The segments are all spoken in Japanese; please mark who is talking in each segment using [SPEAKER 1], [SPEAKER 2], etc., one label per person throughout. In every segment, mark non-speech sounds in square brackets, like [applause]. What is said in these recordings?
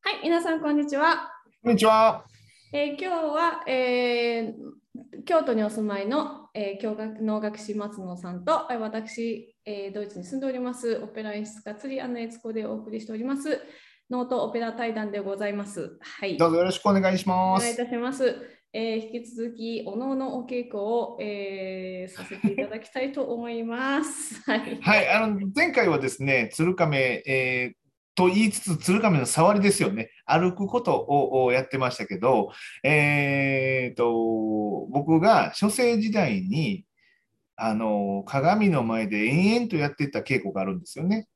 [SPEAKER 1] はい、皆さん、こんにちは。
[SPEAKER 2] こんにちは。
[SPEAKER 1] えー今日は、えー京都にお住まいの、えー教学能楽師松野さんと、えー私、えードイツに住んでおります、オペラ演出家、釣りアンナエツコでお送りしております、ノートオペラ対談でございます。はい、
[SPEAKER 2] どうぞよろしくお願いし
[SPEAKER 1] お
[SPEAKER 2] ま
[SPEAKER 1] 願いい
[SPEAKER 2] す。
[SPEAKER 1] たします。えー引き続き、おのおのお稽古を、えーさせていただきたいと思います。 [laughs] はい、
[SPEAKER 2] はい、あの前回はですね、鶴亀、えーと言いつつ鶴亀の触りですよね。歩くことををやってましたけど、えーと僕が初生時代にあの鏡の前で延々とやってた稽古があるんですよね。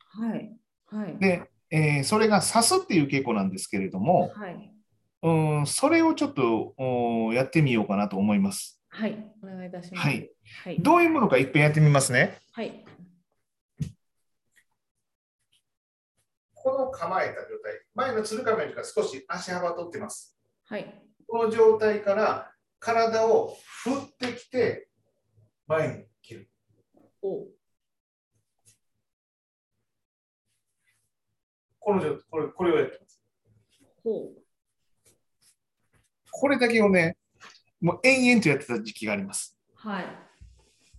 [SPEAKER 1] はい、はい、
[SPEAKER 2] で、えーそれが刺すっていう稽古なんですけれども、
[SPEAKER 1] はい、
[SPEAKER 2] うんそれをちょっとうんやってみようかなと思います。
[SPEAKER 1] はい、お願いいたします。
[SPEAKER 2] はい、
[SPEAKER 1] はい、
[SPEAKER 2] どういうものか一遍やってみますね。
[SPEAKER 1] はい、
[SPEAKER 2] この構えた状態、前の鶴亀よりか少し足幅取ってます。
[SPEAKER 1] はい、
[SPEAKER 2] この状態から体を振ってきて、前に切る。
[SPEAKER 1] お、
[SPEAKER 2] この状態、これこれをやってます。
[SPEAKER 1] ほう。
[SPEAKER 2] これだけをね、もう延々とやってた時期があります。
[SPEAKER 1] はい。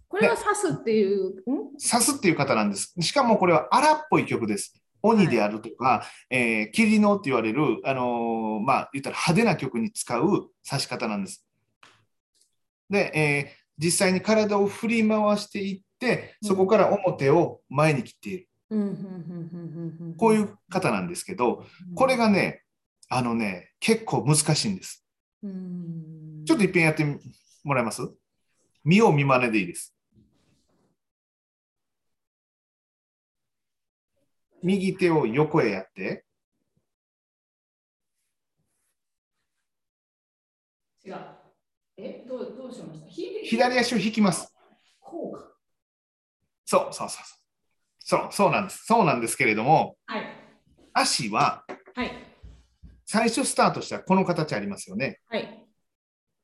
[SPEAKER 1] これは刺すっていう、ん
[SPEAKER 2] 刺すっていう方なんです。しかもこれは荒っぽい曲です。鬼であるとか、えー霧のって言われる、あのーまあ、言ったら派手な曲に使う刺し方なんです。で、えー実際に体を振り回していって、そこから表を前に切っている。
[SPEAKER 1] うん、うん、うん、うん、うん。
[SPEAKER 2] こういう方なんですけど、これがね、あのね、結構難しいんです。
[SPEAKER 1] うん、うん、
[SPEAKER 2] ちょっと一遍やってもらえます見よう見まねでいいです。右手を横へやって、
[SPEAKER 1] 違う。え、どう、どうしました引いて
[SPEAKER 2] 左足を引きます。
[SPEAKER 1] こうか。
[SPEAKER 2] そうそうそうそう。そうそうなんです。そうなんですけれども、
[SPEAKER 1] はい。
[SPEAKER 2] 足は
[SPEAKER 1] はい。
[SPEAKER 2] 最初スタートしたらこの形ありますよね。
[SPEAKER 1] はい。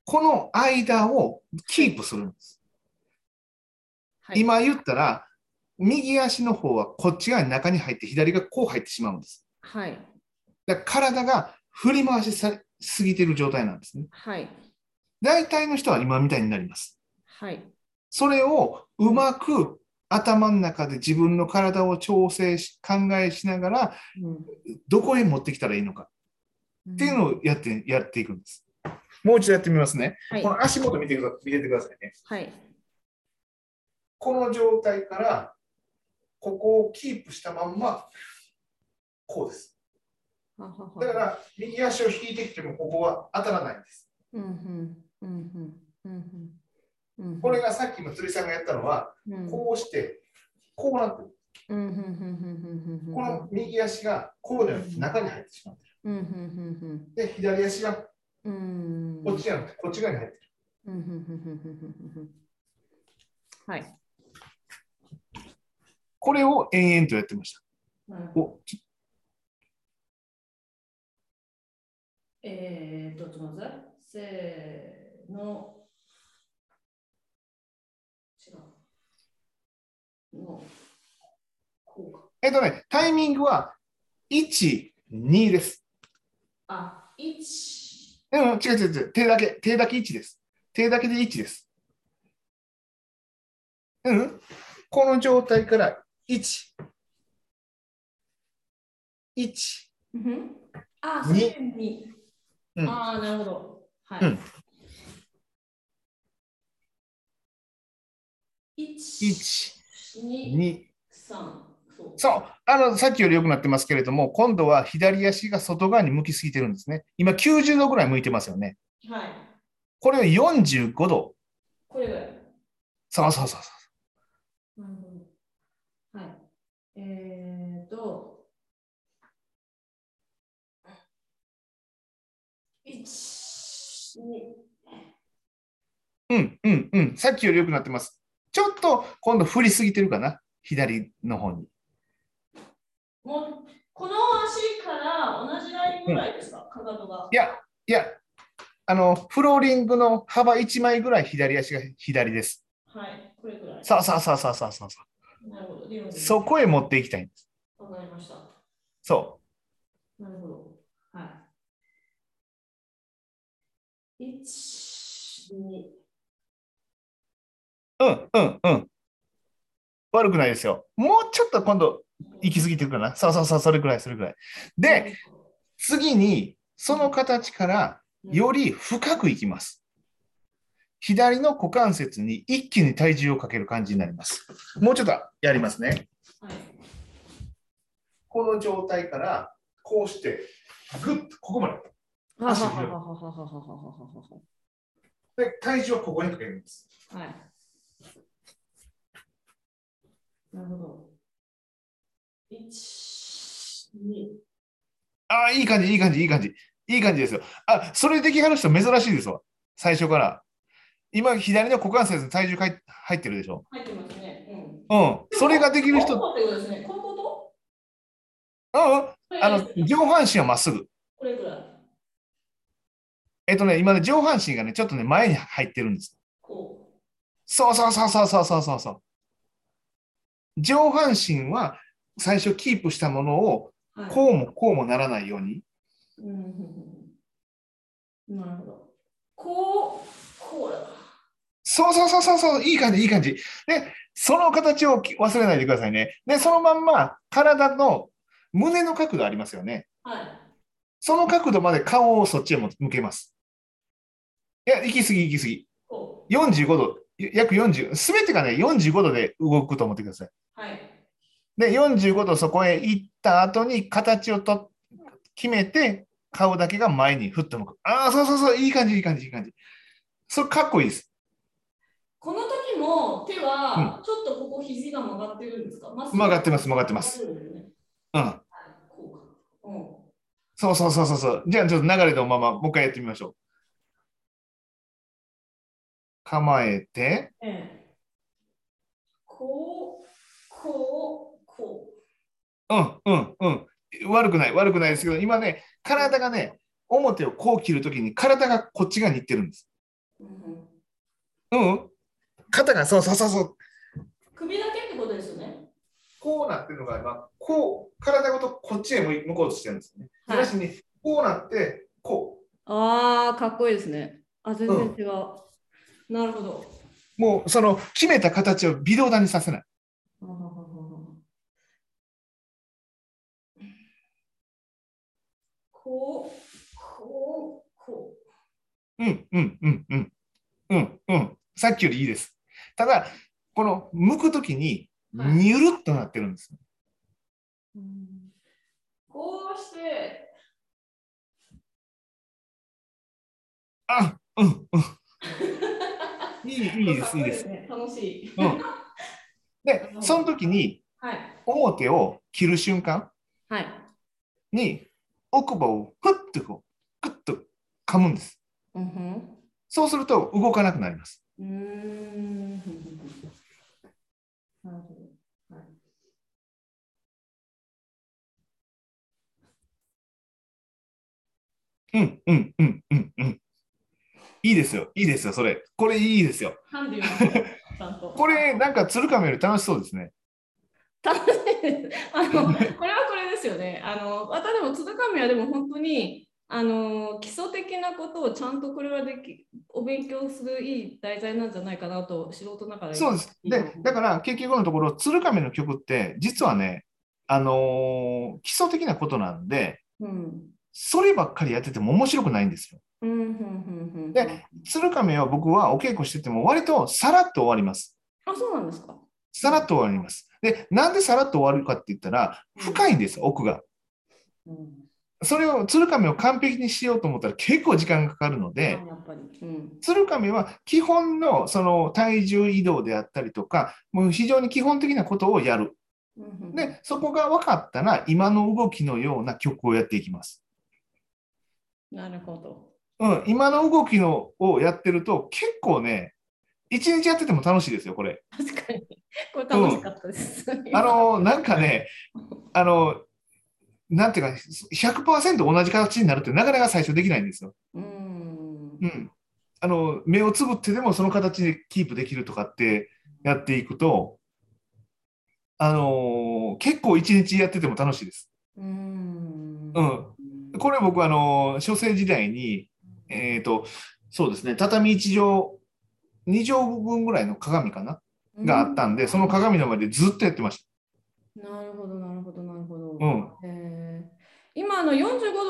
[SPEAKER 2] この間をキープするんです。
[SPEAKER 1] はい、
[SPEAKER 2] 今言ったら、右足の方はこっち側に中に入って、左がこう入ってしまうんです。
[SPEAKER 1] はい。
[SPEAKER 2] だから体が振り回しさすぎてる状態なんですね。
[SPEAKER 1] はい。
[SPEAKER 2] 大体の人は今みたいになります。
[SPEAKER 1] はい。
[SPEAKER 2] それをうまく頭の中で自分の体を調整し考えしながらどこへ持ってきたらいいのか
[SPEAKER 1] っ
[SPEAKER 2] っていうのをやってやっていくんです。もう一度やってみますね。
[SPEAKER 1] はい
[SPEAKER 2] こ。の足元見てくだ見ててくださいね。
[SPEAKER 1] はい。
[SPEAKER 2] この状態からここをキープしたまんまこうです。
[SPEAKER 1] ははは
[SPEAKER 2] だから右足を引いてきてもここは当たらないんです。
[SPEAKER 1] うん、うん、うん、うん、うんうん。うん
[SPEAKER 2] これ、がさっきの釣りさんがやったのは
[SPEAKER 1] うん、
[SPEAKER 2] こうして、こうなってる。
[SPEAKER 1] うん、うん、うん、うん、うん。
[SPEAKER 2] この右足がこうで中に入ってしまって
[SPEAKER 1] うん、うん、うん、
[SPEAKER 2] る。で、左足が
[SPEAKER 1] うん。うん。
[SPEAKER 2] こっちじゃなくて、こっち側に入ってる。
[SPEAKER 1] うんふんふんふんふんふんふんふんはい。
[SPEAKER 2] これを延々とやってました。おち
[SPEAKER 1] えー、っと、ちょっと待って。せーの。違う。の。こうか。
[SPEAKER 2] えっとね、タイミングは1、2です。
[SPEAKER 1] あ、一。
[SPEAKER 2] うん、違う違う違う。手だけ、手だけ1です。手だけで1です。うん、この状態から1、1、
[SPEAKER 1] うん。あ、
[SPEAKER 2] 二
[SPEAKER 1] それで二。
[SPEAKER 2] うん
[SPEAKER 1] ああ、なるほど。は
[SPEAKER 2] うん
[SPEAKER 1] い。一、
[SPEAKER 2] 1、
[SPEAKER 1] 二、
[SPEAKER 2] 2、
[SPEAKER 1] 三。そう。
[SPEAKER 2] そうあのさっきより良くなってますけれども、今度は左足が外側に向きすぎてるんですね。今、90度ぐらい向いてますよね。
[SPEAKER 1] はい。
[SPEAKER 2] これを45度。
[SPEAKER 1] これぐらい。
[SPEAKER 2] そうそうそうそ
[SPEAKER 1] なるほど。はい。えー、と、1、
[SPEAKER 2] う。うんうんうん。さっきより良くなってます。ちょっと今度振りすぎてるかな。左の方に。
[SPEAKER 1] 2、もう、この足から同じラインぐらいですか、かかとが
[SPEAKER 2] い。や、いや、あの、フローリングの幅1枚ぐらい左足が左です。
[SPEAKER 1] はい、これぐらい。
[SPEAKER 2] そうそうそうそうそうそうそう。
[SPEAKER 1] なるほど、理論で
[SPEAKER 2] そこへ持っていきたいんです。
[SPEAKER 1] わかりました。
[SPEAKER 2] そ
[SPEAKER 3] なるほど。はい。一、二、
[SPEAKER 2] うんうんうん。悪くないですよ。もうちょっと今度行き過ぎてるかな。そうそうそう、それくらい、それくらい。で、次にその形からより深くいきます。左の股関節に一気に体重をかける感じになります。もうちょっとやりますね。
[SPEAKER 3] はい。
[SPEAKER 2] この状態からこうして、ぐっとここまで。
[SPEAKER 1] ははははははは
[SPEAKER 2] で体重はここにかけるんです。
[SPEAKER 3] はい。なるほど。一、二、
[SPEAKER 2] ああ、いい感じ、いい感じ、いい感じ。いい感じですよ。あ、それできはる人珍しいですわ。最初から。今、左の股関節に体重かい入ってるでしょ。
[SPEAKER 3] 入ってますね。うん。
[SPEAKER 2] うん。それができる人、うんう
[SPEAKER 3] こうってことですね。こういうこと
[SPEAKER 2] ん。
[SPEAKER 3] これ
[SPEAKER 2] あの、上半身はまっすぐ。
[SPEAKER 3] これぐらい。
[SPEAKER 2] えっとね、今ね、上半身がね、ちょっとね、前に入ってるんです。
[SPEAKER 3] こう。
[SPEAKER 2] そうそうそうそうそうそうそうそう。上半身は最初キープしたものを、
[SPEAKER 3] はい
[SPEAKER 2] こうもこうもならないように。
[SPEAKER 3] うんうんうんうん。なるほど。こう、こうだ。
[SPEAKER 2] そうそうそうそうそう、いい感じ、いい感じ。で、その形をき忘れないでくださいね。で、そのまんま体の胸の角度ありますよね。
[SPEAKER 3] はい。
[SPEAKER 2] その角度まで顔をそっちへも向けます。いや、行き過ぎ、行き過ぎ。
[SPEAKER 3] こ
[SPEAKER 2] 45度、約40、すべてがね、45度で動くと思ってください。
[SPEAKER 3] う。はい。
[SPEAKER 2] で、45度そこへ行った後に形をと決めて、顔だけが前にふっと向く。ああ、そうそうそう、いい感じ、いい感じ、いい感じ。それかっこいいです。
[SPEAKER 3] この時も手は、ちょっとここ肘が曲がってるんですか、
[SPEAKER 2] 曲がってます曲がってます。
[SPEAKER 3] 曲がるよね
[SPEAKER 2] うん。
[SPEAKER 3] こうか。うん。
[SPEAKER 2] そうそうそうそうそう。じゃあ、ちょっと流れのまま、もう一回やってみましょう。構えて、
[SPEAKER 3] ええこう、こう、こ
[SPEAKER 2] うん、うん、うん。悪くない、悪くないですけど、今ね、体がね、表をこう切るときに、体がこっち側に行ってるんです。
[SPEAKER 3] う、うん。
[SPEAKER 2] うんうん。肩が、そうそうそうそう、
[SPEAKER 3] 首だけってことですよね。
[SPEAKER 2] こうなってるのが、まあ、こう、体ごとこっちへ向い向こうとしてるんですよね。
[SPEAKER 3] はい
[SPEAKER 2] ただしに、こうなって、こ
[SPEAKER 1] ああ、かっこいいですね。あ、全然違う。
[SPEAKER 3] なるほど。
[SPEAKER 2] う。もう、その、決めた形を微動だにさせない。
[SPEAKER 3] ああこう、こう、こ
[SPEAKER 2] うん、うん、うん、うん。うん、うん。さっきよりいいです。ただ、この、向くときに、
[SPEAKER 3] はい
[SPEAKER 2] にゅるっとなってるんです。
[SPEAKER 3] う。こうして、
[SPEAKER 2] あ、
[SPEAKER 3] [laughs]
[SPEAKER 2] うん、うん。いい、いいです、いいです。
[SPEAKER 3] ね。楽しい。
[SPEAKER 2] うん。で、その時に、
[SPEAKER 3] はい。
[SPEAKER 2] 表を切る瞬間
[SPEAKER 1] はい。
[SPEAKER 2] に、奥歯をふっとこう、ぐっと噛むんです。
[SPEAKER 1] うんふん。
[SPEAKER 2] そうすると、動かなくなります。
[SPEAKER 3] うーん。なるほど。はい。
[SPEAKER 2] うんうんうんうんうん。いいですよ、いいですよ、それ。これいいですよ。
[SPEAKER 3] ハンディーもちゃんと。
[SPEAKER 2] これ、なんか鶴亀より楽しそうですね。
[SPEAKER 1] 楽しいです。あの、これはこれですよね。あの、またでも、つづかみはでも本当に、あの、基礎的なことをちゃんとこれはでき、お勉強するいい題材なんじゃないかなと、素人ながら。
[SPEAKER 2] そうです。で、だから結局のところ、鶴亀の曲って、実はね、あのー基礎的なことなんで、
[SPEAKER 1] うん。
[SPEAKER 2] そればっかりやってても面白くないんですよ。
[SPEAKER 1] うん、うん、うん、うん。
[SPEAKER 2] で鶴亀は僕はお稽古してても、割とさらっと終わります。
[SPEAKER 1] あ、そうなんですか。
[SPEAKER 2] さらっと終わります。で、なんでさらっと終わるかって言ったら、深いんですよ、奥が。
[SPEAKER 1] うん。
[SPEAKER 2] それを、鶴亀を完璧にしようと思ったら結構時間がかかるの
[SPEAKER 1] あ
[SPEAKER 2] で、
[SPEAKER 1] やっぱり。うん。
[SPEAKER 2] 鶴亀は基本のその体重移動であったりとか、もう非常に基本的なことをやる。
[SPEAKER 1] うんうんうん、
[SPEAKER 2] で、そこが分かったら、今の動きのような曲をやっていきます。
[SPEAKER 1] なるほど。
[SPEAKER 2] うん、今の動きのをやってると、結構ね、一日やってても楽しいですよ、これ。
[SPEAKER 1] 確かに。これ楽しかったです。
[SPEAKER 2] あの、なんかね、あの、なんていうか、100%同じ形になるってなかなか最初できないんですよ。
[SPEAKER 1] うん
[SPEAKER 2] う。ん。あの、目をつぶってでもその形でキープできるとかってやっていくと、あのー結構一日やってても楽しいです。
[SPEAKER 1] うん。
[SPEAKER 2] うん、これ僕あの書生時代に、えー、とそうですね畳1畳2畳分ぐらいの鏡かながあったんで、その鏡の前でずっとやってまし
[SPEAKER 1] なるほど、なるほど、なるほど。
[SPEAKER 2] た。うん、
[SPEAKER 1] えー今あの45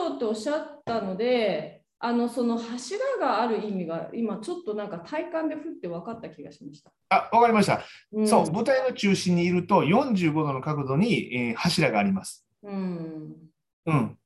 [SPEAKER 1] 度っておっしゃったのであのその柱がある意味が今ちょっとなんか体感でふって分かった気がしました。
[SPEAKER 2] あわかりました、
[SPEAKER 1] ん
[SPEAKER 2] そう舞台の中心にいると45度の角度に、えー柱があります。
[SPEAKER 1] うん
[SPEAKER 2] うん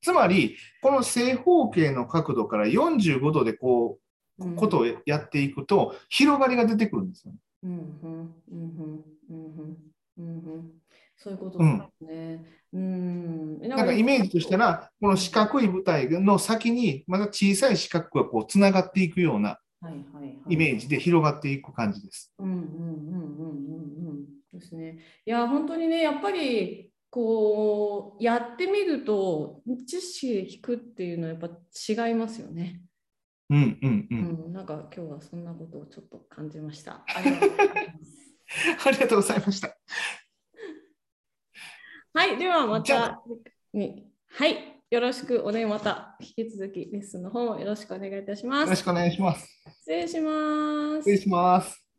[SPEAKER 2] つまりこの正方形の角度から45度でこ
[SPEAKER 1] うん
[SPEAKER 2] うことをやっていくと広がりが出てくるんですよね。
[SPEAKER 1] うんうんうんうんうんうんうんそういうことですね。うん、な
[SPEAKER 2] なんかイメージとしたら、この四角い舞台の先に、また小さい四角がこうつながっていくような
[SPEAKER 1] はいはいはい
[SPEAKER 2] イメージで広がっていく感じです。
[SPEAKER 1] うんうんうんうんうんうんですね。いや本当にねやっぱりこうやってみると知識で聞くっていうのはやっぱ違いますよね。
[SPEAKER 2] うんうんうん。
[SPEAKER 1] うん、なんか今日はそんなことをちょっと感じました。ありがとうございます。
[SPEAKER 2] [laughs] ありがとうございました。
[SPEAKER 1] はい、ではま
[SPEAKER 2] じゃ
[SPEAKER 1] たにはい、よろしくおねまた引き続きレッスンの方よろしくお願いいたしま
[SPEAKER 2] よろ
[SPEAKER 1] す。
[SPEAKER 2] しくお願いします。
[SPEAKER 1] 失礼します
[SPEAKER 2] 失。礼します。